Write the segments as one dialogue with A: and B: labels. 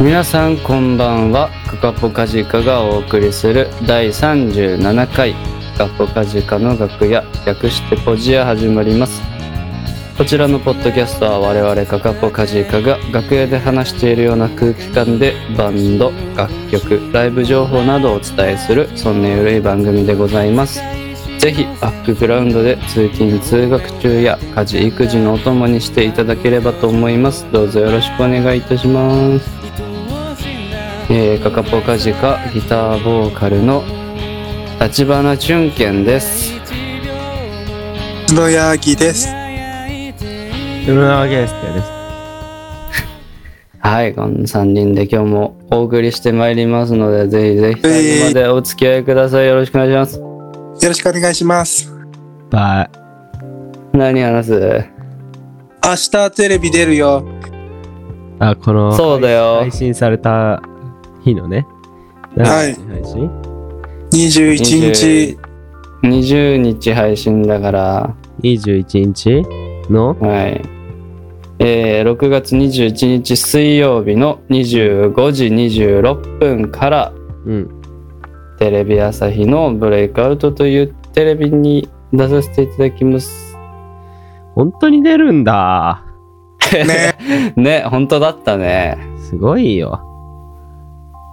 A: 皆さんこんばんはカカポカジカがお送りする第37回カカポカジカの楽屋略してポジア始まりますこちらのポッドキャストは我々カカポカジカが楽屋で話しているような空気感でバンド楽曲ライブ情報などをお伝えするそんなゆるい番組でございますぜひバックグラウンドで通勤通学中や家事育児のお供にしていただければと思いますどうぞよろしくお願いいたしますえー、カカポカジカギターボーカルの立花俊賢です
B: 黒柳です。
C: ルナワゲースケです。
A: はいこの3人で今日もお送りしてまいりますのでぜひぜひ最後までお付き合いくださいよろしくお願いします
B: よろしくお願いします。
C: バ
A: 何話す
B: 明日テレビ出るよ。
C: イ。あ、この、
A: そうだよ
C: 配信された日のね。
B: はい
C: 配信
B: 21日。
A: 20日配信だから
C: 21日の
A: はい。えー、6月21日水曜日の25時26分から
C: うん。
A: テレビ朝日のブレイクアウトというテレビに出させていただきます。
C: 本当に出るんだ。
B: ね。
A: ね、本当だったね。
C: すごいよ。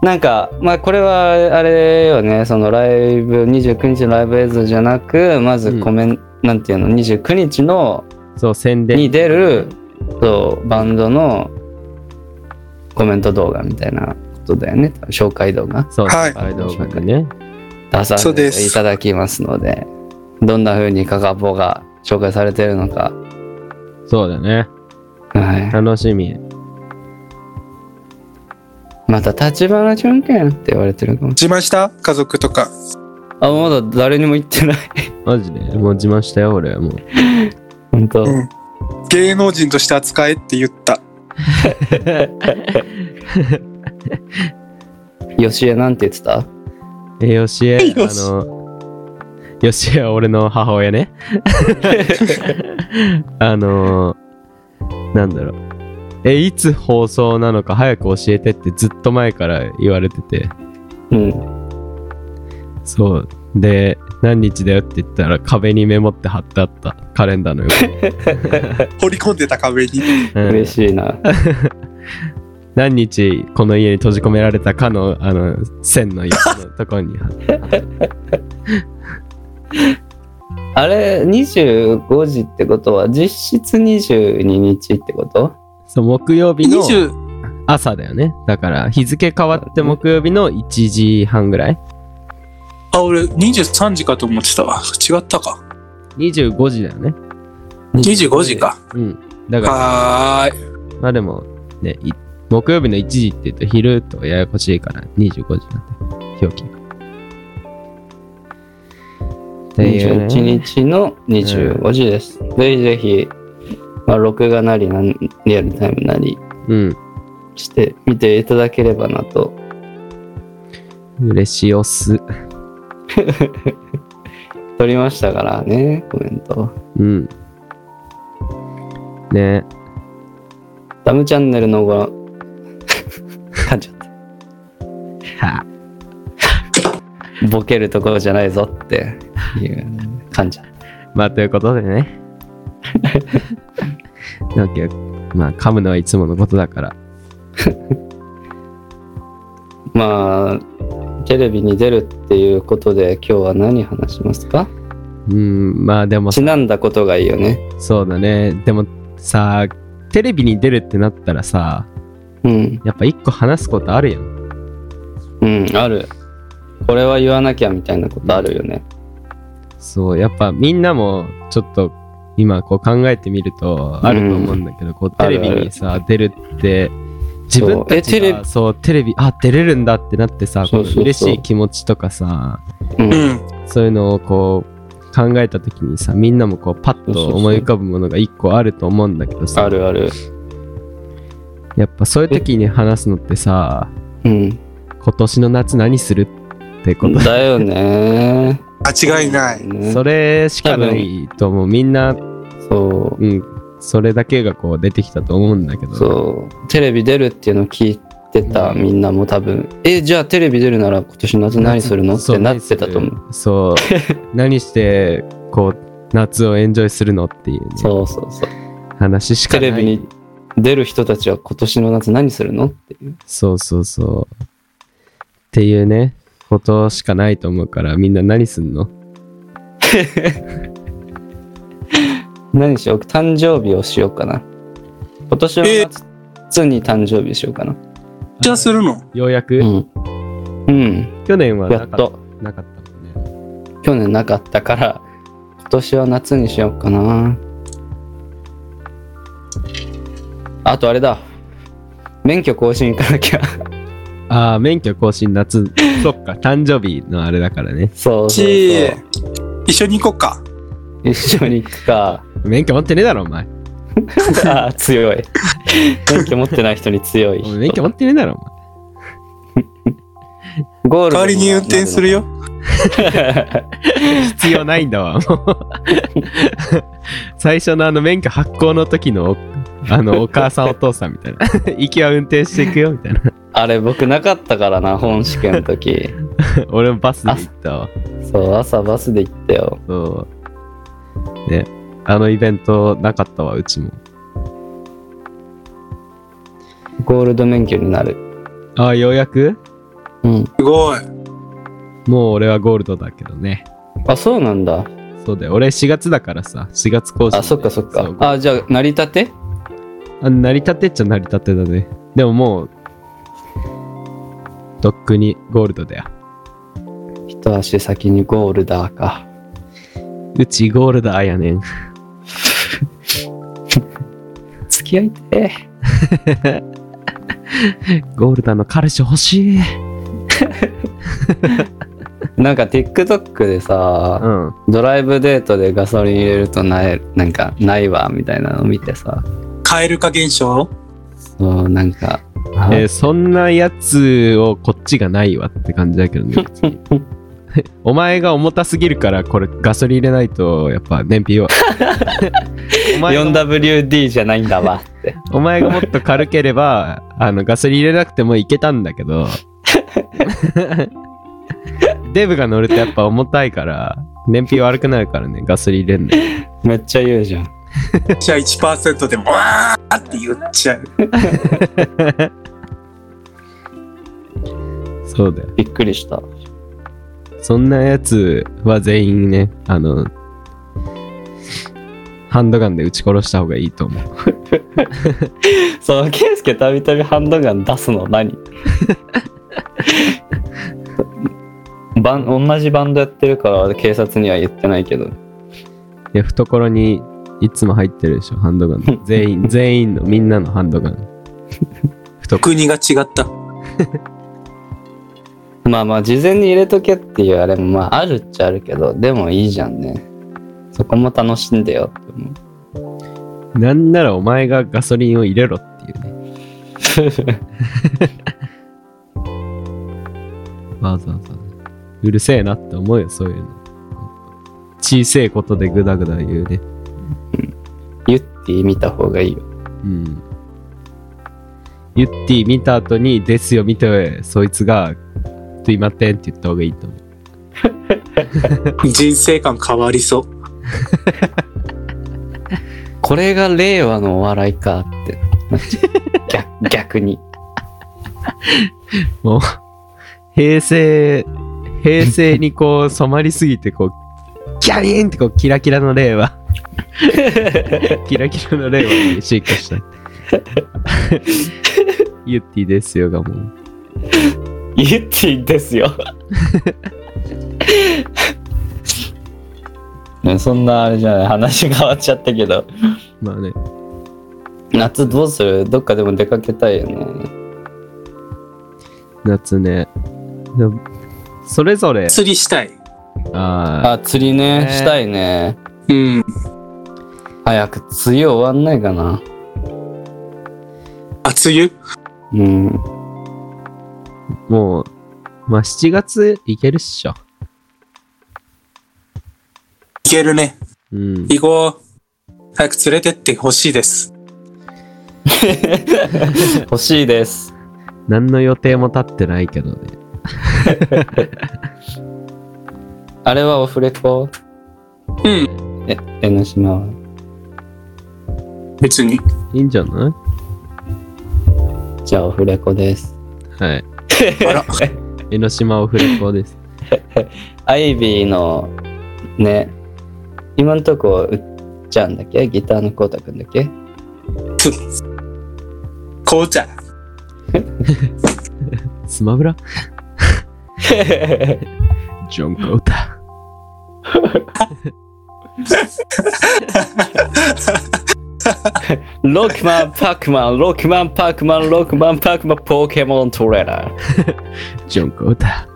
A: なんか、まあこれはあれよね、そのライブ、29日のライブ映像じゃなく、まずコメント、なんていうの、29日の
C: そう、宣伝。
A: に出る、そう、バンドのコメント動画みたいなことだよね、紹介動画。
C: そう、
B: はい
C: 紹介動画にね。
A: 出さ
B: そ
A: せ
B: うで
A: て
B: す
A: いただきますのでどんな風にカカポが紹介されてるのか、
C: そうだね。
A: は
C: 楽しみ。
A: い、また立花純権って言われてるかも
B: 自慢した家族とか。
A: あまだ誰にも言ってない
C: マジで。もう自慢したよ、俺。もう。
A: 本当、
B: うん。芸能人として扱えって言った。
A: よしえなんて言ってた
C: え、よしえ、あ
B: よし
C: の、よしえは俺の母親ね。あのー、なんだろう。え、いつ放送なのか早く教えてってずっと前から言われてて。
A: うん
C: そう。で、何日だよって言ったら壁にメモって貼ってあったカレンダーの横に。
B: 掘り込んでた壁に。
C: うん
A: 嬉しい な
C: 何日この家に閉じ込められたかのあの線の横のところに貼って。
A: あれ25時ってことは実質22日ってこと
C: そう木曜日の
B: 20。
C: 朝だよね。だから日付変わって木曜日の1時半ぐらい。
B: あ、俺23時かと思ってたわ。違ったか。
C: 25時だよね。
B: 25時か。
C: うん。だから
B: はーい。
C: まあでも、ね、い木曜日の1時って言うと昼とややこしいから25時なんで、表記が。っていうね
A: 21日の25時です、ぜひぜひ、まあ、録画なりなんリアルタイムなり
C: うん。
A: して見ていただければなと
C: 嬉しいおす。
A: 撮りましたからねコメント
C: うん。ね
A: ダムチャンネルの ご噛んじゃっ
C: は
A: たボケるところじゃないぞっていう噛んじゃっ
C: まあということで ね。なんか、まあ噛むのはいつものことだから。
A: たまあテレビに出るっていうことで今日は何話しますか
C: うん、まあでも
A: ちなんだことがいいよね
C: そうだね。でもさ、テレビに出るってなったらさ、
A: うん
C: やっぱ一個話すことあるやん。
A: うんあるこれは言わなきゃみたいなことあるよね
C: そう、やっぱみんなもちょっと今こう考えてみるとあると思うんだけど、こうテレビにさ、出るって、自分た
A: そうえテ
C: ち
A: レ
C: がそうテレビ、あ、出れるんだってなってさ、こ
A: そううそうそう
C: 嬉しい気持ちとかさ、
A: うん
B: うん。
C: そういうのをこう考えた時にさ、みんなもこうパッ
A: そう
C: と
A: そうそう
C: 思い浮かぶものが一個あると思うんだけど
A: あ
C: さ、
A: るある
C: やっぱそういう時に話すのってさ、
A: うん
C: 今年の夏何するってこと、
A: だよ ね
B: 間違いない。
A: ね
C: それしかないと思う。みんな、
A: そう
C: うん、それだけがこう出てきたと思うんだけど。
A: そうテレビ出るっていうのを聞いってたみんなも多分、え、じゃあテレビ出るなら今年夏何するのっ
C: そう
A: てなってたと思う。
C: そう 何してこう夏をエンジョイするのっていうね、
A: そうそうそう。
C: 話しか
A: テ
C: ない
A: レビに出る人たちは今年の夏何するのっていう。
C: そうそうそうっていうねことしかないと思うからみんな何すんの
A: 何しよう誕生日をしようかな。今年の夏に誕生日しようかな。
B: じゃあするの
C: ようやく、
A: うん。うん。
C: 去年は
A: や
C: な
A: っ
C: かっ
A: と。
C: たなかったもんね
A: 去年なかったから、今年は夏にしようかな。あとあれだ。免許更新行かな きゃ。
C: ああ免許更新夏そっか誕生日のあれだからね
A: そうそう
B: ち
A: そう。
B: 一緒に行こうか
A: 一緒に行く か。
C: 免許持ってねえだろお前
A: あー強い。免許持ってない人に強い
C: お前。免許持ってねえだろお前
A: ゴール
B: 代
A: ド
B: わりに運転するよ
C: 必要ないんだわもう 最初のあの免許発行の時のあのお母さんお父さんみたいな 行きは運転していくよみたいな
A: あれ僕なかったからな本試験の時
C: 俺もバスで行ったわ
A: そう朝バスで行ったよ
C: そうねあのイベントなかったわうちも
A: ゴールド免許になる
C: ああようやく
A: うん
B: すごい
C: もう俺はゴールドだけどね
A: あそうなんだ
C: そうだよ俺4月だからさ4月更新
A: あそっかそっ
C: そう
A: かあじゃあ成り立て
C: あ成り立てっちゃ成り立てだねでももうとっくにゴールドだよ
A: 一足先にゴールダーか
C: うちゴールダーやねん
A: 付き合いて
C: ゴールダーの彼氏欲しい
A: えなんか TikTok でさ、
C: ん
A: ドライブデートでガソリン入れるとないなんかないわみたいなの見てさ
B: 蛙化現象
A: そうなんかあ
C: えーそんなやつをこっちがないわって感じだけどね別にお前が重たすぎるからこれガソリン入れないとやっぱ燃費はお前が
A: 4WD じゃないんだわって
C: お前がもっと軽ければあのガソリン入れなくてもいけたんだけどデブが乗るとやっぱ重たいから燃費悪くなるからねガソリン入れんの
A: めっちゃ言うじゃん
B: じゃあ1%でもわーって言っちゃう
C: そうだよ
A: びっくりした
C: そんなやつは全員ねあのハンドガンで撃ち殺した方がいいと思う
A: そう、ケイスケたびたびハンドガン出すの何バン同じバンドやってるから警察には言ってないけど
C: いや、懐にいつも入ってるでしょ、ハンドガン。全員、全員の、みんなのハンドガン。
B: 国が違った
A: まあまあ事前に入れとけっていうあれもまああるっちゃあるけどでもいいじゃんねそこも楽しんでよって思う
C: なんならお前がガソリンを入れろっていうね。わざわざ。うるせえなって思うよ、そういうの。小せえことでグダグダ言うね。
A: ユッティ見た方がいいよ
C: うん。ユッティ見た後に、ですよ、見て、そいつが、すいませんって言った方がいいと思う。
B: 人生観変わりそう
A: これが令和のお笑いかってなっちゃう逆逆に
C: 平成、平成にこう染まりすぎて、こう、キャリーンってこう、キラキラの令和。キラキラの令和に進化した。ユッティですよがもう。
A: ユッティです よ。ね、そんなあれじゃない話変わっちゃったけど
C: まあね、
A: 夏どうするどっかでも出かけたいよね
C: 夏ね。でもそれぞれ、
B: 釣りしたい
C: あ
A: あ釣りね
C: ね
A: したいね
B: うん
A: 早く梅雨終わんないかな
B: あ梅雨
A: うん
C: ーもう、まあ7月いけるっしょ。
B: いけるね
C: うん。
B: 行こう早く連れてってほしいです
A: 欲しいです
C: 何の予定も立ってないけどね。
A: あれはオフレコ
B: うん、
A: え、江ノ島は。
B: 別に。
C: いいんじゃな
A: じゃあオフレコです。
C: いはい。
B: あら、
C: 江ノ島オフレコです。
A: アイビーの、ね、今んとこ、うっちゃんだっけギターのこうたくんだっ け
B: こうちゃん。
C: スマブラジョン・コータ。
A: ロックマンパックマン、ロックマンパックマン、ロックマンパックマン、ポケモントレーラー。
C: ジョン・コータ。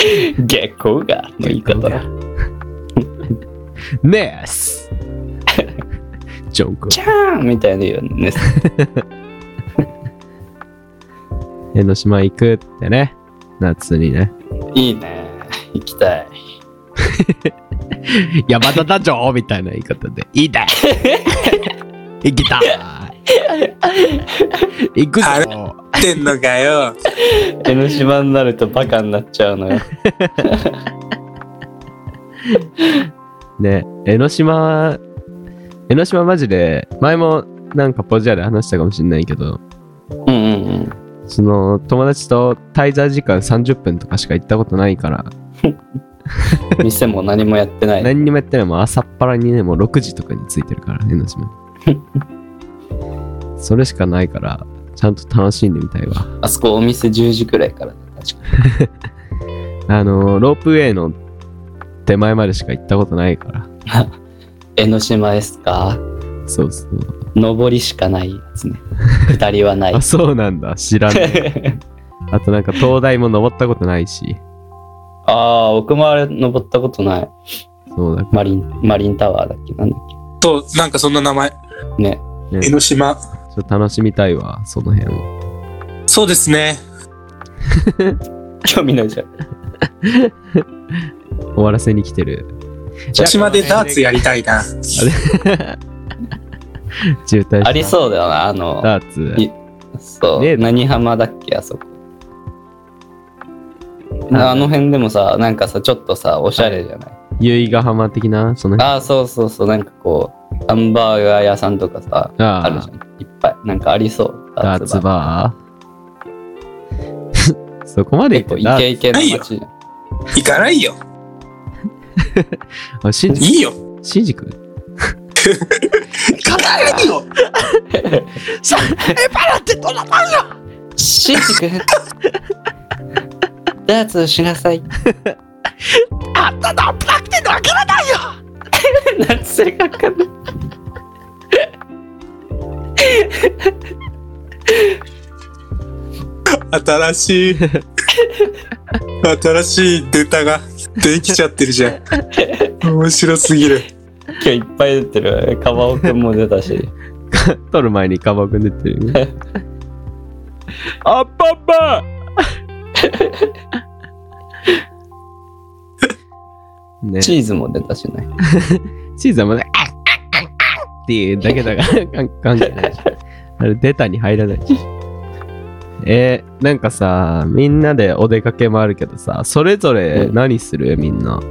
A: 月光が、の言い方。
C: ネース ジョン・コー
A: じ
C: タ。
A: ゃーんみたいな言うのね。
C: 江ノ島行くってね。夏にね。
A: いいね。行きたい。
C: 山田だじょみたいな言い方で。いい だ行きた行く
B: あれ
C: ぞ
B: ってんのかよ。
A: 江ノ島になるとバカになっちゃうのよ。
C: ね江ノ島江ノ島マジで前もなんかポジアで話したかもしんないけど
A: うんうん
C: その友達と滞在時間30分とかしか行ったことないから
A: うん。店も何もやってない。
C: 何にもやってないもう朝っぱらにねもう6時とかに着いてるから江ノ島 にそれしかないからちゃんと楽しんでみたいわ
A: あそこお店10時くらいからね。確か
C: あのロープウェイの手前までしか行ったことないから
A: 江ノ島ですか
C: そうそう
A: 上りしかないやつね。下りはない
C: あ。そうなんだ 知らんあとなんか灯台も登ったことないし
A: あ あ、奥まで登ったことない。
C: そうだか
A: マリン、マリンタワーだっけなんだっ
B: そう、なんかそんな名前。
A: けね。
C: らね
B: 江ノ島。
C: ちょっと楽しみたいわ、その辺を。
B: そうですね。
A: 興味ないじゃん。
C: 終わらせに来てる。
B: 江ノ島でダーツやりたいな。
C: 渋滞した
A: ありそうだよな、あの、
C: ダーツ。
A: いそう、
C: ねえ
A: 何浜だっけ、あそこ。
C: なんだ
A: あの辺でもさ、なんかさ、ちょっとさ、おしゃれじゃない
C: 由比ヶ浜的な、その辺。
A: ああ、そうそうそう、なんかこう、ハンバーガー屋さんとかさ、
C: あ
A: あるじゃん。いっぱい。なんかありそう。
C: ダーツ
A: バ
C: バー そこまで
A: 結
C: 行っ
A: 構イ
C: てダー
A: ケイケの街じゃん。
B: 行かないよ。
C: ツあ、新宿
B: いいよ。
C: 新宿
B: 行かないよ。
A: シンジ君ダーツをしな さい。あ んたのプラクティのわからないよなんつれかかんない。
B: 新しい。新しいネタができちゃってるじゃん。面白すぎる。
A: 今日いっぱい出てる。カバオくんも出たし。
C: 撮る前にカバくん出てるよ。 あっぱっぱね、
A: チーズも出たしね。
C: チーズはもうね、あっあっあっあっっていうだけだから、関関係ないし。あれ、データに入らないし。えー、なんかさ、みんなでお出かけもあるけどさ、それぞれ何するみんな。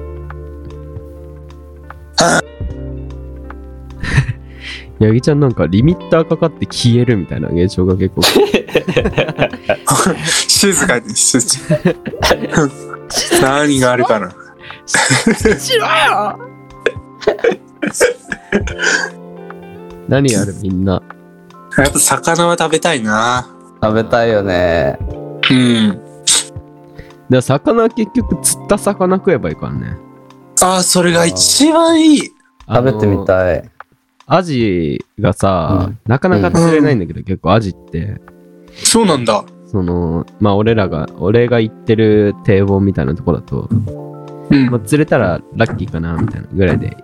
C: ヤギちゃんなんかリミッターかかって消えるみたいな現象が結構。
B: 静かにし 何があるかな。
C: 何やるみんな。
B: やっぱ魚は食べたいな。
A: 食べたいよね。
B: うん。
C: で魚は結局釣った魚食えばいいからね。
B: ああ、それが一番いい。
C: あの
A: 食べてみたい。
C: アジがさ、
A: うん
C: なかなか釣れないんだけど、結構アジって、
B: そうなんだ。
C: その、まあ俺らが、俺が行ってる堤防みたいなとこだと、
B: うん
C: まあ、釣れたらラッキーかな、みたいなぐらいで。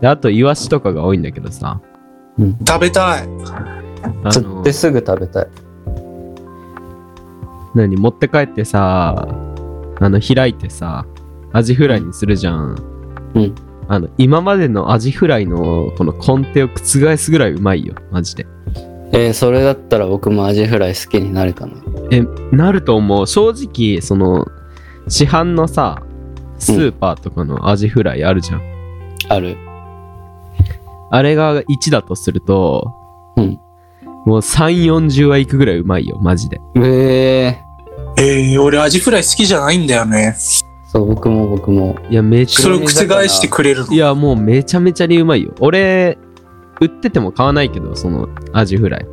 C: であと、イワシとかが多いんだけどさ、
B: 食べたい。
C: あ
A: 釣っ
C: の
A: て、すぐ食べたい。
C: 何、持って帰ってさ、あの、開いてさ、アジフライにするじゃん。
A: うん
C: あの、今までのアジフライのこの根底を覆すぐらいうまいよ、マジで。
A: えーそれだったら僕もアジフライ好きになるかな。
C: えなると思う正直その市販のさスーパーとかのアジフライあるじゃん、
A: ある。
C: あれが1だとすると
A: うん。
C: もう3 4 0はいくぐらいうまいよマジで
A: ええ
B: えー、俺アジフライ好きじゃないんだよね。
A: そう、僕も僕も。
C: いやめち
B: それ
C: ゃ
B: を覆してくれるの
C: い。やもうめちゃめちゃにうまいよ俺売ってても買わないけどそのアジフライ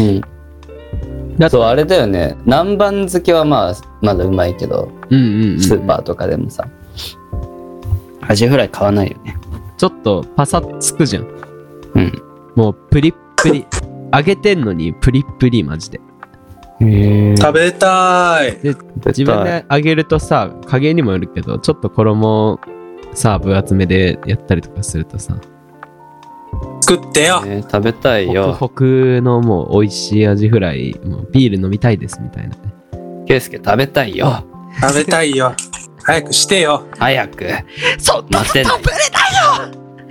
A: うん。
C: だって
A: そう、あれだよね。南蛮漬けはまあ、まだうまいけど、
C: うんうん、うん、
A: スーパーとかでもさ。アジフライ買わないよね。
C: ちょっとパサつくじゃん
A: うん。
C: もうプリップリ揚げてんのにプリップリマジで
A: へえ
B: 食べたい。
C: 自分で揚げるとさ加減にもよるけどちょっと衣をさ分厚めでやったりとかするとさ
B: 作ってよ。
A: ね、食べたい
C: ホク
A: よ。
C: ホクのもう美味しいアジフライもうビール飲みたいですみたいなね
A: ケイスケ食べたいよ。
B: 食べたいよ。早くしてよ。
A: 早く。
C: そん
A: なこと食べ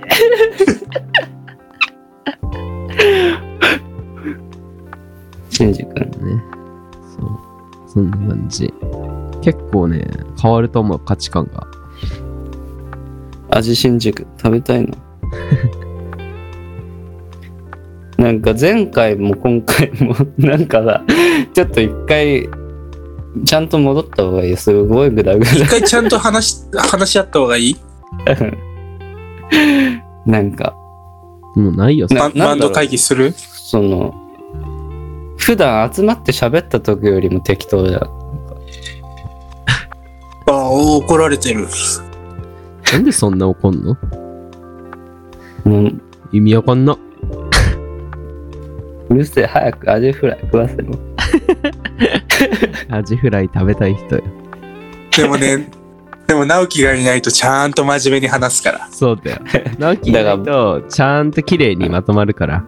A: シンジ君。
C: ねそうそんな感じ結構ね変わると思う価値観が
A: 味新宿食べたいの なんか前回も今回も なんかさちょっと一回ちゃんと戻った方がいいすごいグダグ
B: 一回ちゃんと話し、話し合った方がいい
A: ダ なんか
C: もうないよ
A: な
B: バンバ
A: な
B: ン
A: んだろう
B: ド会議する
A: その普段集まって喋った時よりも適当じゃん
B: ああ、怒られてる。
C: なんでそんな怒んの
A: もう
C: 意味わかんな
A: うるせえ早くアジフライ食わせろ
C: アジフライ食べたい人よ
B: でも ね、でも直樹がいないとちゃんと真面目に話すから。
C: そうだよ直樹だとちゃんと綺麗にまとまるから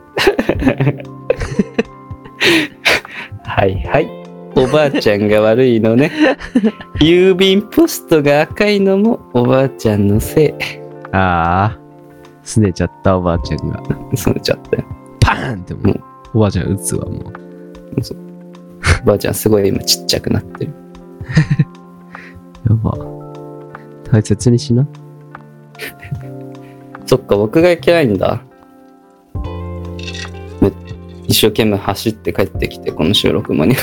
A: はいはいおばあちゃんが悪いのね 郵便ポストが赤いのもおばあちゃんのせい
C: ああ、すねちゃったおばあちゃんが。
A: そうちゃったよ。
C: パーンっても
A: う
C: う、
A: んお
C: おばあちゃん打つわ、もう。
A: ばあちゃんすごい今ちっちゃくなってる。
C: やば。大切にしな。
A: そっか、僕がいけないんだ。め一生懸命走って帰ってきて、この収録間に。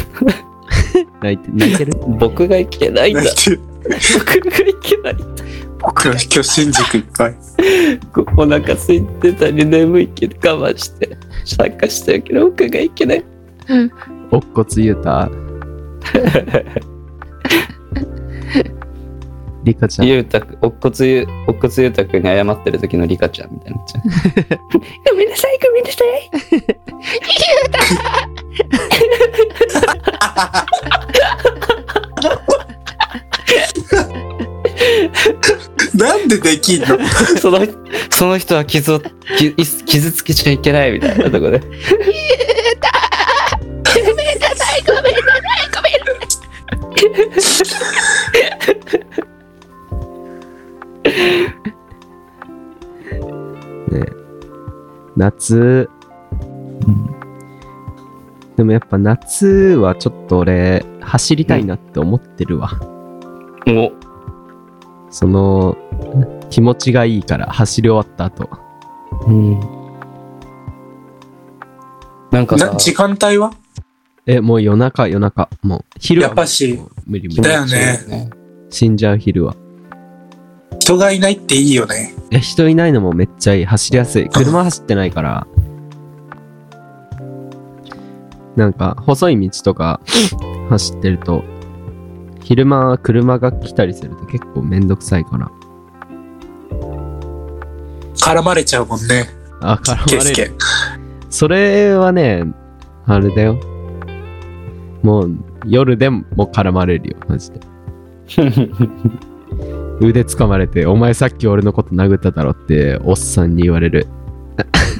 C: 泣いて、泣いてる
A: 僕がいけないんだ
B: だっ。て
A: 僕がいけない。
B: 今日、今日新宿いっぱい。
A: お腹空いてたり眠いけど我慢して参加してるけど僕がいけない。
C: おっこつゆうた。リカちゃん、
A: ゆうたく、おっこつゆ、おっこつゆうたくんに謝ってる時のリカちゃんみたいになっちゃう。ごめんなさい、ごめんなさい。
B: なんでできんの
A: そのその人は傷をき傷つけちゃいけないみたいなとこで。
C: 夏。でもやっぱ夏はちょっと俺、走りたいなって思ってるわ。
A: も
C: その、気持ちがいいから、走り終わった後。
A: う、うん。なんかさ
B: な、時間帯は
C: え、もう夜中、夜中。もう、昼は
B: やっぱし
C: もう無理無
A: 気持
C: 理
A: ちいい。
B: だよね
C: 死んじゃう昼は。
B: 人がいないっていいよね。
C: いや、人いないのもめっちゃいい。走りやすい。車走ってないから。なんか、細い道 とか走ってると、昼間車が来たりすると結構めんどくさいから。
B: 絡まれちゃうもんね。
C: あ、絡
B: ケー
C: ま
B: ス
C: れ
B: ケ。
C: る。それはね、あれだよ。もう、夜でも絡まれるよ、マジで。腕掴まれて、お前さっき俺のこと殴っただろって、おっさんに言われる。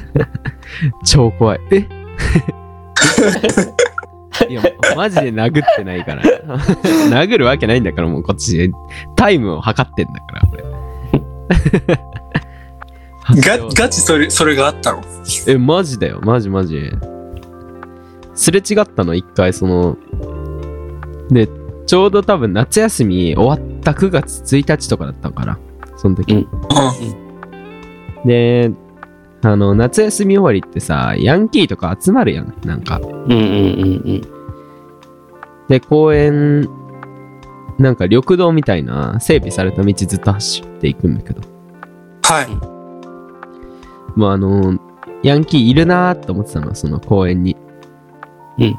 C: 超怖い。え いや、マジで殴ってないから。 殴るわけないんだから、もうこっちでタイムを測ってんだから、俺。
B: ガガチそれ、それがあったの
C: え、マジだよ、マジマジ。すれ違ったの、一回、その、で、ちょうど多分夏休み終わった9月1日とかだったのかな、その時。で、あの、夏休み終わりってさ、ヤンキーとか集まるやん、なんか。
A: うんうんうん
C: で、公園、なんか緑道みたいな整備された道ずっと走っていくんだけど、
B: はい。
C: まああの、ヤンキーいるなーって思ってたの、その公園に。
A: うん。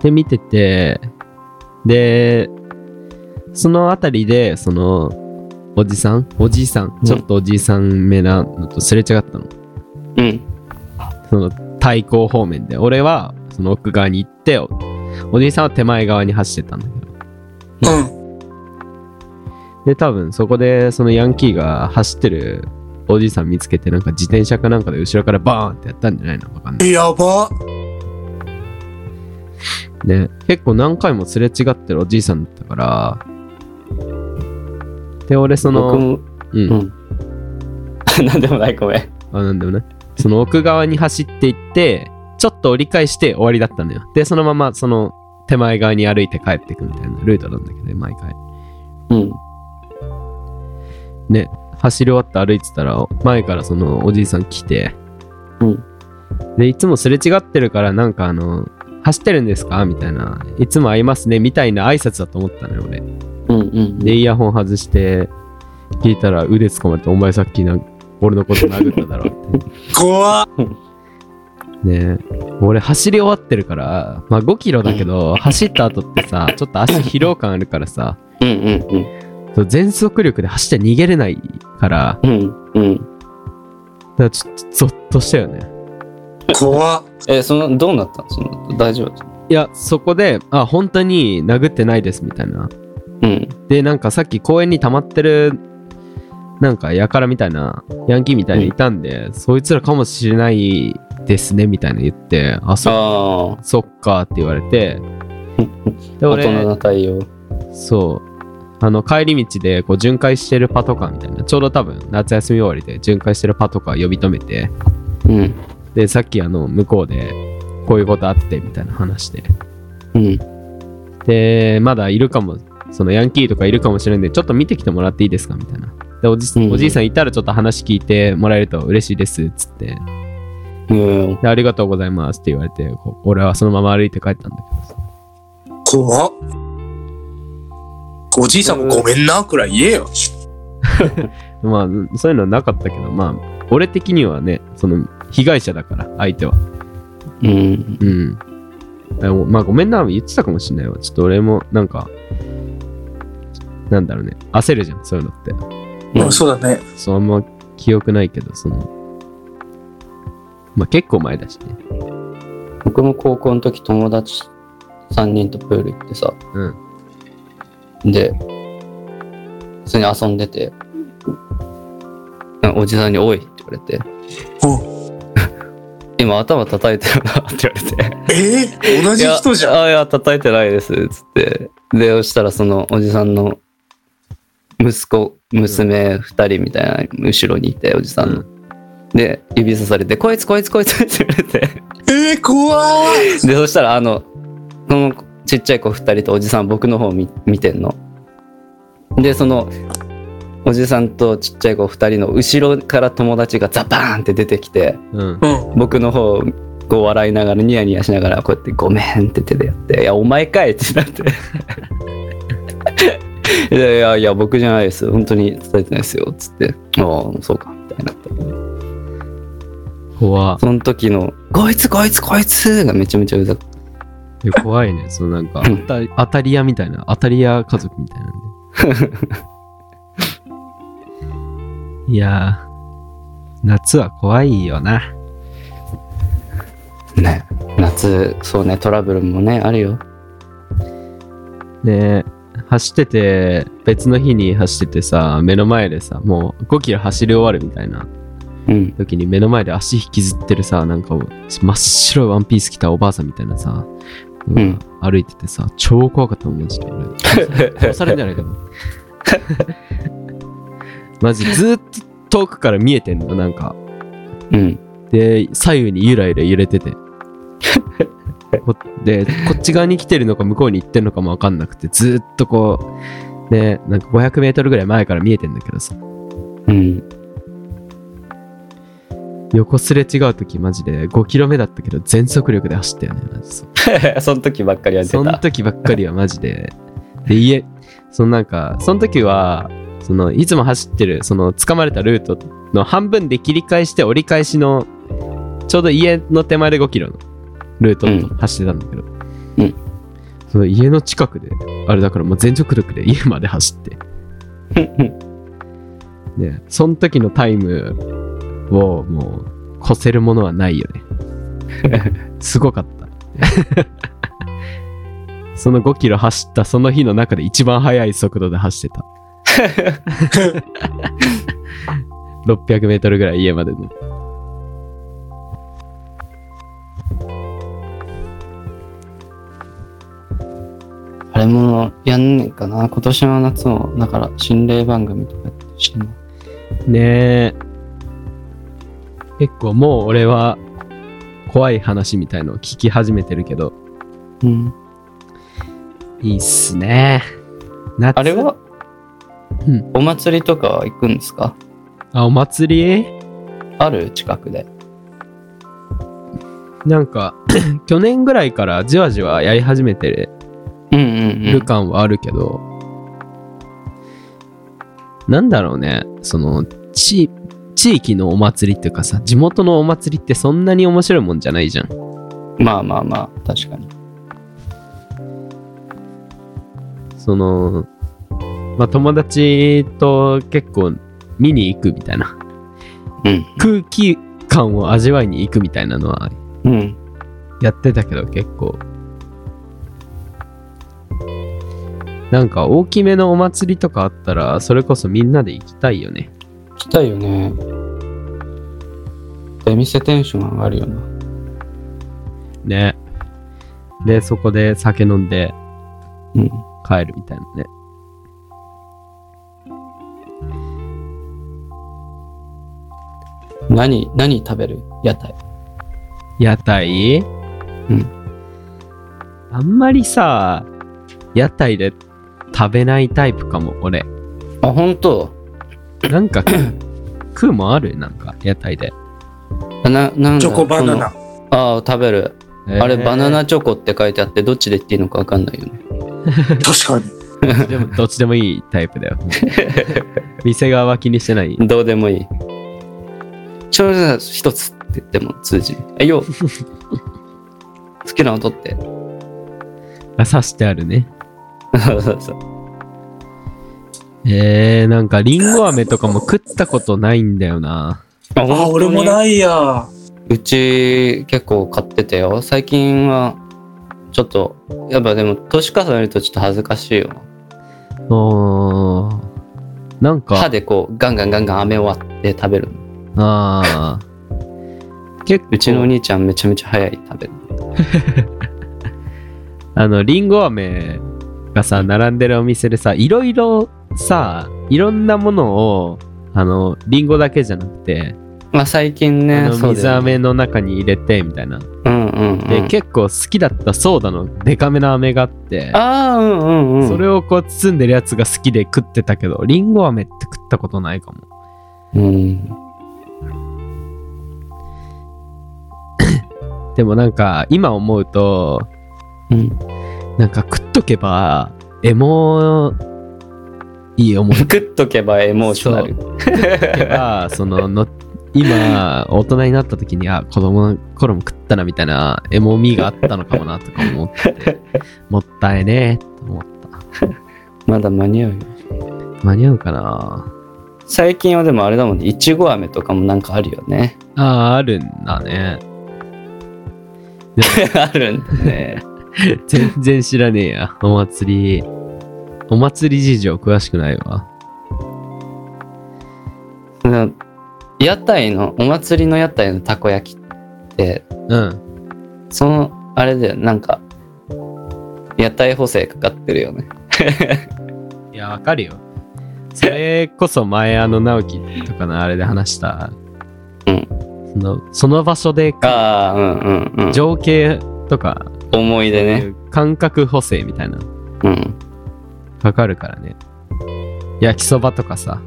C: で、見てて、で、その辺りで、その、おじさんおじいさん、
A: ん
C: ちょっとおじいさんめなのとすれ違ったの。
A: うん。うん。
C: その対向方面で。俺は、その奥側に行って、おおじいさんは手前側に走ってたんだけど。
B: うん。
C: で多分そこでそのヤンキーが走ってるおじいさん見つけてなんか自転車かなんかで後ろからバーンってやったんじゃないのわかんない
B: やば。
C: ね結構何回もすれ違ってるおじいさんだったからで俺そ
A: 僕
C: の
A: も、
C: う
A: うんん。なん でもない、ごめん。
C: あなんでもねその奥側に走っていってちょっと折り返して終わりだったのよでそのままその手前側に歩いて帰っていくみたいなルートなんだけど毎回
A: うん。
C: ね走り終わって歩いてたら前からそのおじいさん来て
A: うん。
C: でいつもすれ違ってるからなんかあの走ってるんですかみたいないつも会いますねみたいな挨拶だと思ったのよ俺
A: うんうん。
C: でイヤホン外して聞いたら腕つかまれて「お前さっきなん俺のこと殴っただろ」って
B: 怖っ
C: ねえ俺走り終わってるからまあ5キロだけど走った後ってさちょっと足疲労感あるからさ
A: うんうん
C: そう全速力で走って逃げれないから
A: うん。うんうん。
C: だからちょっとゾッとしたよね
B: 怖っ
A: え、その、どうなったのその後、大丈夫だった
C: いやそこであ本当に殴ってないですみたいな
A: うん。
C: でなんかさっき公園に溜まってるなんかやからみたいなヤンキーみたいにいたんで、そいつらかもしれないですねみたいな言ってあそ
A: ああ。
C: そっかって言われてで
A: 大人
C: 俺
A: な対応。
C: そうあの帰り道でこう巡回してるパトカーみたいなちょうど多分夏休み終わりで巡回してるパトカー呼び止めて
A: うん。
C: でさっきあの向こうでこういうことあってみたいな話して
A: うん。
C: で、まだいるかも、そのヤンキーとかいるかもしれないんで、ちょっと見てきてもらっていいですかみたいな。で、おじ
A: うんうん
C: おじいさんいたらちょっと話聞いてもらえると嬉しいです、つって。
A: うん。
C: で、ありがとうございますって言われて、こう俺はそのまま歩いて帰ったんだけどさ。
B: 怖っおじいさんもごめんなくらい言えよ。
C: まあ、そういうのはなかったけど、まあ、俺的にはね、その、被害者だから、相手は。
A: うん。
C: うん。でもまあ、ごめんな、言ってたかもしれないわ。ちょっと俺も、なんか、なんだろうね、焦るじゃん、そういうのって。
A: うん
B: そうだね。
C: そうあんま記憶ないけど、その、まあ結構前だしね。
A: 僕も高校の時友達3人とプール行ってさ、
C: うん。
A: で、普通に遊んでて、なんかおじさんに「おい」って言われて
B: お
A: 「 今頭叩いてるな」って言われて
B: えー、
A: 「
B: 同じ人じゃん。
A: んあいや叩いてないです」っつってでそしたらそのおじさんの息子娘2人みたいな後ろにいておじさんの、で指さされて「こいつこいつこいつ」って言われて
B: えー、怖っ
A: でそしたらあのそのちっちゃい子2人とおじさん僕の方見見てんの。でそのおじさんとちっちゃい子2人の後ろから友達がザバーンって出てきて
C: うん。
B: うん。
A: 僕の方をこう笑いながらニヤニヤしながらこうやって「ごめん」って手でやって「いやお前かい」ってなって いやいやいや僕じゃないです本当に伝えてないですよっつって「ああそうか」みたいになって
C: 怖
A: その時の「こいつこいつこいつ」がめちゃめちゃうざくて
C: い。怖いね。そのなんか、
A: う
C: 当
A: ん
C: たり当たり屋みたいな、当たり屋家族みたいなんで。いやー、夏は怖いよな。
A: ね夏そうねトラブルもねあるよ
C: ね走ってて、別の日に走っててさ、目の前でさ、もう5キロ走り終わるみたいな
A: うん
C: 時に目の前で足引きずってるさなんか真っ白いワンピース着たおばあさんみたいなさ、
A: ん
C: 歩いててさ超怖かったもんマジで俺殺されるんじゃないかなマジずーっと遠くから見えてんのなんか
A: うん
C: で左右にゆらゆら揺れててこで、こっち側に来てるのか向こうに行ってるのかもわかんなくて、ずーっとこう、ね、なんか500メートルぐらい前から見えてんだけどさ、
A: うん。
C: 横すれ違う時マジで5キロ目だったけど全速力で走ったよね、マジそ う
A: その時ばっかりやって
C: その
A: た。
C: 時ばっかりはマジで。で、家、そのなんか、その時は、その、いつも走ってる、その、掴まれたルートの半分で切り返して折り返しの、ちょうど家の手前で5キロのルートと走ってたんだけど、
A: うん
C: その家の近くで、あれだからもう全速力で家まで走って、ね、その時のタイムをもう越せるものはないよね。すごかった。 その5キロ走ったその日の中で一番速い速度で走ってた。600メートルぐらい家までの。
A: あれもやんねえかな。今年の夏も、だから心霊番組とかやってるしな
C: ねえ。結構もう俺は怖い話みたいのを聞き始めてるけど、
A: うん。
C: いいっすね。夏
A: あれは、
C: うん
A: お祭りとかは行くんですか
C: あ、お祭り
A: ある近くで。
C: なんか、 去年ぐらいからじわじわやり始めてる
A: うんうんうん。
C: 感はあるけど、なんだろうね、その、地、地域のお祭りっていうかさ、地元のお祭りってそんなに面白いもんじゃないじゃん。
A: まあまあまあ、確かに。
C: その、まあ、友達と結構見に行くみたいな、
A: うん。
C: 空気感を味わいに行くみたいなのは
A: うん。
C: やってたけど結構なんか大きめのお祭りとかあったらそれこそみんなで行きたいよね
A: 行きたいよね。出店テンション上がるよな。
C: ねでそこで酒飲んで
A: うん。
C: 帰るみたいなね
A: 何、何食べる屋台。
C: 屋台
A: うん
C: あんまりさ屋台で食べないタイプかも 俺
A: あ、本当
C: なんか食うもんあるなんか屋台で
A: あな、なんだ
B: チョコバナナ
A: こ。のああ、食べる。あれ、バナ
C: ナ
A: ナチョコって書いてあって、どっちで言っていいのかわかんないよね。
B: 確かに。
C: でもどっちでもいいタイプだよ 店側は気にしてない
A: どうでもいい。ちょうど一つって言っても通じる。あ、よ。 好きなの取って。
C: あ刺してあるね。
A: そうそうそう。
C: えー、なんかリンゴ飴とかも食ったことないんだよな。
A: あ
B: あ、俺も
A: い。
B: ないや。
A: うち結構買ってたよ。最近は、ちょっと、やっぱでも、年重ねるとちょっと恥ずかしいよ。
C: おーなん
A: 歯
C: か、
A: でこう、ガンガンガンガン飴を割って食べるの。
C: あー結構
A: うちのお兄ちゃんめちゃめちゃ早い食べる。
C: あの、リンゴ飴がさ、並んでるお店でさ、いろいろさ、いろんなものを、あの、リンゴだけじゃなくて、
A: まあ最近ね
C: あ、の
A: そう
C: 水
A: だよね
C: 飴の中に入れて、みたいな。
A: うんうん、うん。
C: で、結構好きだったソーダのデカめの飴があって、
A: ああ、うんうんうん。
C: それをこう包んでるやつが好きで食ってたけど、リンゴ飴って食ったことないかも。
A: うん。
C: でもなんか今思うと
A: うん。
C: なんか食っとけばエモいい思い
A: 食っとけばエモーショナル。
C: だけ ばそのの今大人になった時にあ子供の頃も食ったなみたいなエモみがあったのかもなとか思って もったいねえと思った
A: まだ間に合うよ。
C: 間に合うかな
A: 最近はでもあれだもんね、いちご飴とかもなんかあるよね。
C: あーあるんだね
A: あるんだね。
C: 全然知らねえやお祭りお祭り事情詳しくないわ
A: その屋台の、お祭りの屋台のたこ焼きって、
C: うん
A: その、あれだよ、なんか、屋台補正かかってるよね。
C: いやわかるよそれこそ前あの直樹とかのあれで話した、
A: うん
C: そのその場所で
A: ああ、うんうんうん。
C: 情景とか
A: 思い出ね。
C: 感覚補正みたいなの
A: うん。
C: かかるからね。焼きそばとかさ。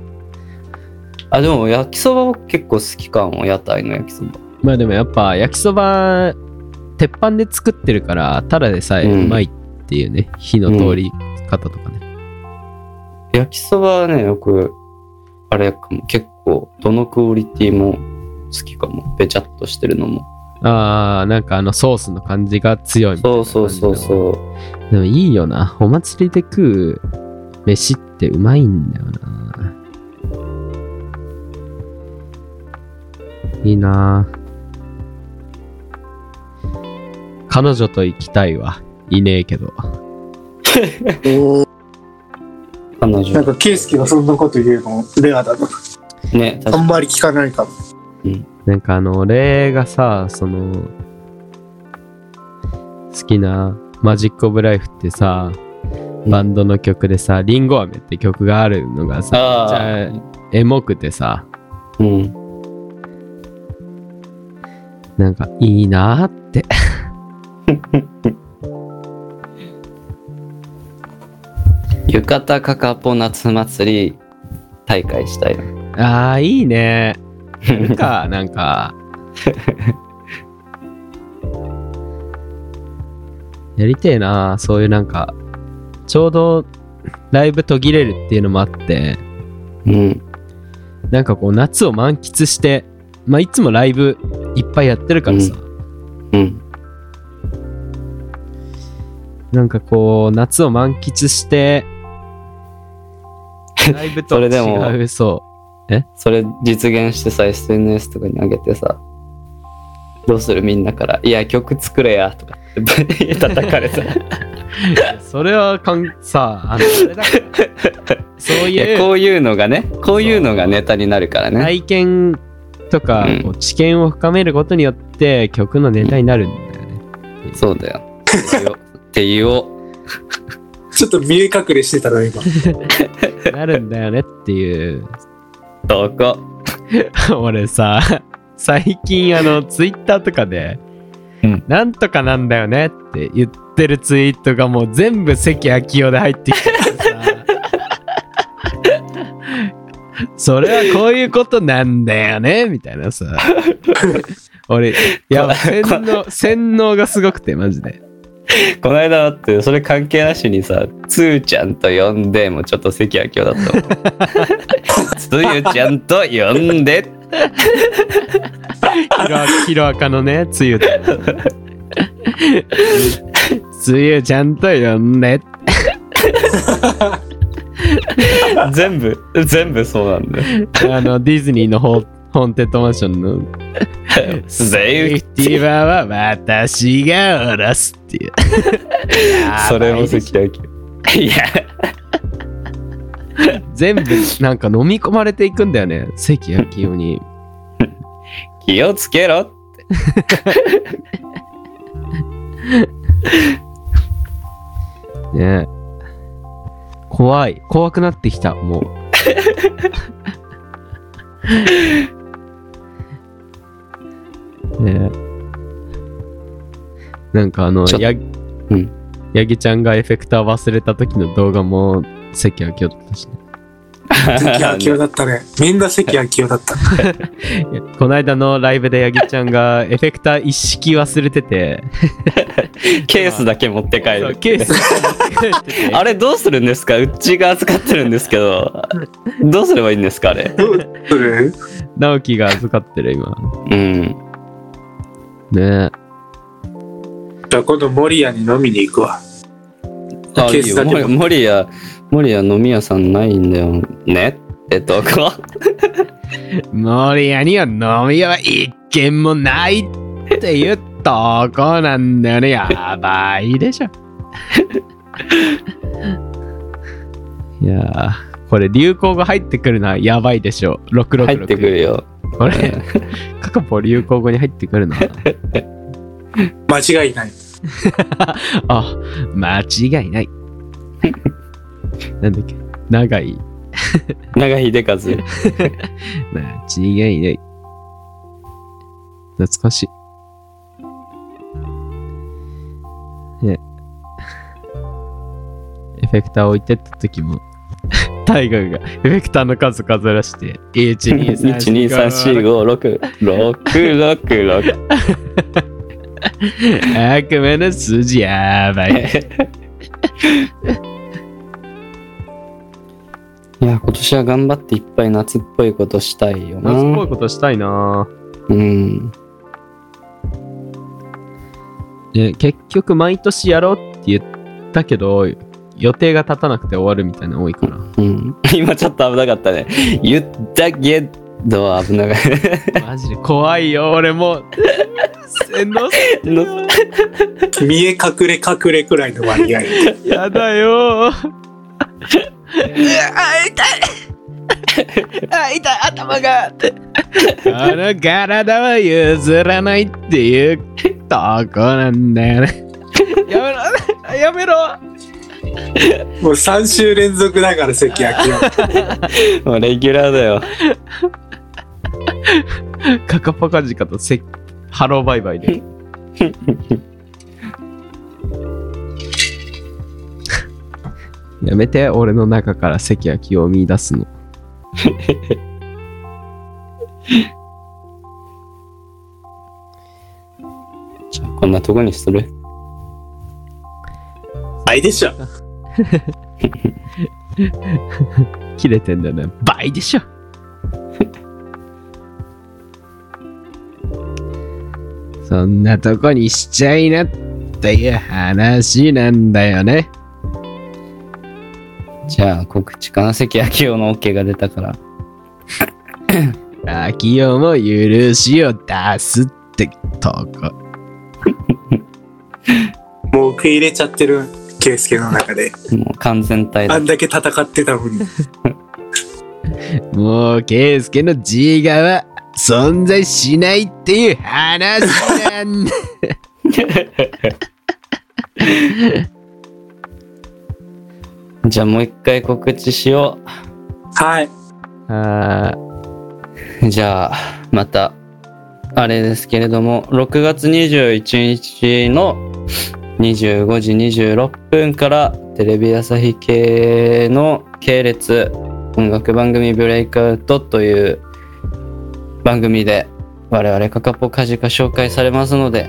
A: あ、でも焼きそばは結構好きかも、屋台の焼きそば。
C: まあでもやっぱ焼きそば、鉄板で作ってるから、ただでさえ
A: うん
C: うまいっていうね、火の通り方とかね。
A: 焼きそばはね、よく、あれかも、結構、どのクオリティも好きかも。べちゃっとしてるのも。
C: ああ、なんかあのソースの感じが強いみたいな
A: そ
C: 感
A: う
C: じ
A: そうそうそう。
C: う。でもいいよな。お祭りで食う飯ってうまいんだよな。いいな彼女と行きたいわ。いねえけど。
B: おー
A: 彼女。
B: なんか、ケイスケがそんなこと言うの、レアだな。
A: ね、確
B: あ
A: か
B: んまり聞かないかも。
C: なんかあの、俺がさ、その、好きなマジック・オブ・ライフってさ、バンドの曲でさ、リンゴ飴って曲があるのがさ、
A: あ
C: めっちゃエモくてさ、
A: に。うん。
C: なんかいいなーって。
A: 浴衣かかぽ夏祭り大会したいな。
C: あー、いいね。やるか、なんか。やりてえなそういうなんか、ちょうどライブ途切れるっていうのもあって、
A: うん。
C: なんかこう夏を満喫して、まあ、いつもライブいっぱいやってるからさ、
A: うん。
C: なんかこう夏を満 喫して、ライブと
A: それでも
C: 違う、そ
A: それ実現してさ、SNS とかに上げてさ、どうするみんなから、いや、曲作れや、とか って、叩かれた。
C: う。それはかん、さあ、あの、あれだからそう
A: いや、
C: いう
A: こういうのがね、こういうのがネタになるからね。
C: 体験とか
A: うん、
C: こう知見を深めることによって曲のネタに なるんだよね。
A: そうだよ。って言おう。
B: ちょっと見え隠れしてたな、 今。
C: なるんだよねっていう。
A: どこ
C: 俺さ最近あのツイッターとかで、
A: うん
C: なんとかなんだよねって言ってるツイートがもう全部関明夫で入ってき てさそれはこういうことなんだよねみたいなさ俺いや洗脳洗脳がすごくてマジで
A: この間だって、それ関係なしにさ、つーちゃんと呼んで、もちょっと関明夫だったもん。 つーちゃんと呼んで、
C: ヒロアヒロアカのねつゆちゃ んつゆちゃんと呼んで
A: 全部、全部そうなんだよ。
C: あの、ディズニーのホホーンテッドマンショ ンのセー
A: 全
C: フティーバーは私が下ろす っていう。
A: それも関明夫。いや、
C: 全部なんか飲み込まれていくんだよね。関明夫に。
A: 気をつけろ。
C: ね怖い。怖くなってきた、もう。 ねなんかあの、
A: ちょ
C: や、
A: ん
C: ヤギちゃんがエフェクター忘れた時の動画も関明夫だったしね。
B: 関明夫だったね。みんな関明夫だった。
C: いやこの間のライブでヤギちゃんがエフェクター一式忘れてて、
A: ケースだけ持って帰
C: そう
A: る。
C: ケース持って帰ってて
A: あれどうするんですかうちが預かってるんですけど、どうすればいいんですかあれ。
B: どうする
C: 直樹が預かってる今。
A: うん。
C: ね
B: じゃあ今度森谷に飲みに行くわ。
A: あ、い
B: ケー
A: い
B: ス
A: よ。
B: だけ持って
A: 森森屋、森屋飲み屋さんないんだよ。ねってどこ
C: え。森屋には飲み屋は一軒もないっていうとこなんだよね。やばいでしょ。いやー、これ流行語入ってくるのはやばいでしょ。666。
A: 入ってくるよ。
C: これ、カカポ流行語に入ってく るな。
B: 間違いない。
C: あ、間違いない。なんだっけ長い。
A: 長秀和。
C: 間違いない。懐かしい。 フェクター置いてった時も、 タイガーがエフェクターの数数ら して、1、2、3、
A: 1、2、3、4、5、6、6、6、6。
C: 悪魔の数字や ばい。
A: いや、今年は頑張っていっぱい夏っぽいことしたいよな。
C: 夏っぽいことしたいな
A: うん。
C: で結局毎年やろうって言ったけど、予定が立たなくて終わるみたいなの多いか
A: う
C: ら。
A: ん。 今ちょっと危なかったね。言ったけど危なかった。
C: マジで怖いよ、俺も う。えの
A: の
B: 見え隠れ隠れくらいの割 合。
C: やだ よー。
D: あ、痛い、頭が。
C: この体は譲らないっていうとこなんだ よね。
D: やめろ、やめろ。
B: もう3週連続だから、関明夫。
A: もうレギュラーだよ。
C: カカパカジカとせハローバイバイで。やめて、俺の中から関明を見出すの。
A: じゃあこんなとこにする
B: はいでしょ。
C: 切れてんだよね。倍でしょ。そんなとこにしちゃいなっていう話なんだよね。
A: じゃあ告知かな関明夫の OK が出たから。
C: 秋代も許しを出すってとこ。
B: もう受け入れちゃってる、圭介の中で。
A: もう完全体
B: あ
A: だ。
B: んだけ戦ってたのに。
C: もう、ケイスケの自我は存在しないっていう話なんだ。
A: じゃあもう一回告知しよ
B: はい。
C: あ
A: う。じゃあまた、あれですけれども、6月21日の25時26分からテレビ朝日系の系列音楽番組ブレイクアウトという番組で我々カカポカジが紹介されますので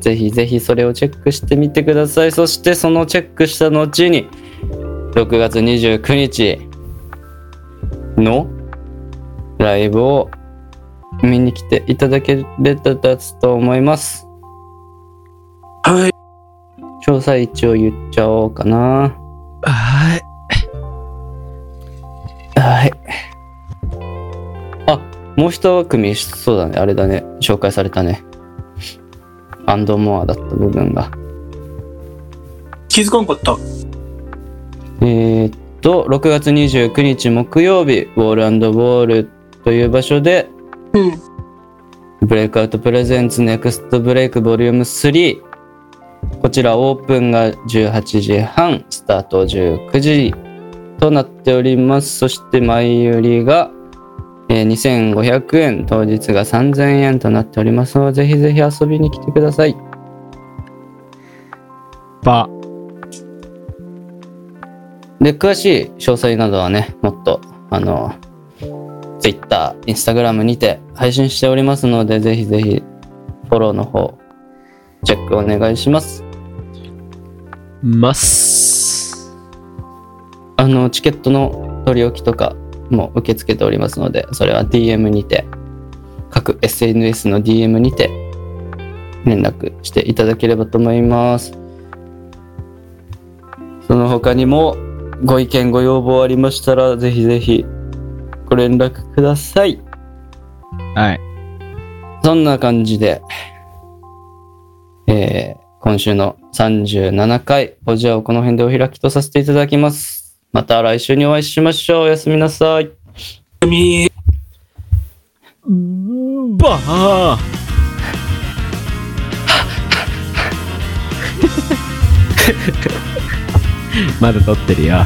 A: ぜひぜひそれをチェックしてみてくださいそしてそのチェックした後に6月29日のライブを見に来ていただけれたらと思います
B: はい。
A: 詳細一応言っちゃおうかな
C: あ。はい。
A: はいあもう一組そうだねあれだね紹介されたねアンドモアだった部分が
B: 気づかんかった。
A: えーっと6月29日木曜日ウォールウォールという場所で
B: うん。
A: ブレイクアウトプレゼンツネクストブレイクボリューム3こちらオープンが18時半スタート19時となっておりますそして前売りがえー2500円当日が3000円となっておりますのでぜひぜひ遊びに来てください
C: ば、
A: で詳しい詳細などはねもっとあの Twitter、Instagram にて配信しておりますのでぜひぜひフォローの方チェックお願いします
C: ます。
A: あのチケットの取り置きとかも受け付けておりますのでそれは DM にて各 SNS の DM にて連絡していただければと思いますその他にもご意見ご要望ありましたらぜひぜひご連絡ください
C: はい。
A: そんな感じで、えー今週の37回、ポジアをこの辺でお開きとさせていただきます。また来週にお会いしましょう。おやすみなさい。
C: ば あ。まだ撮ってるよ。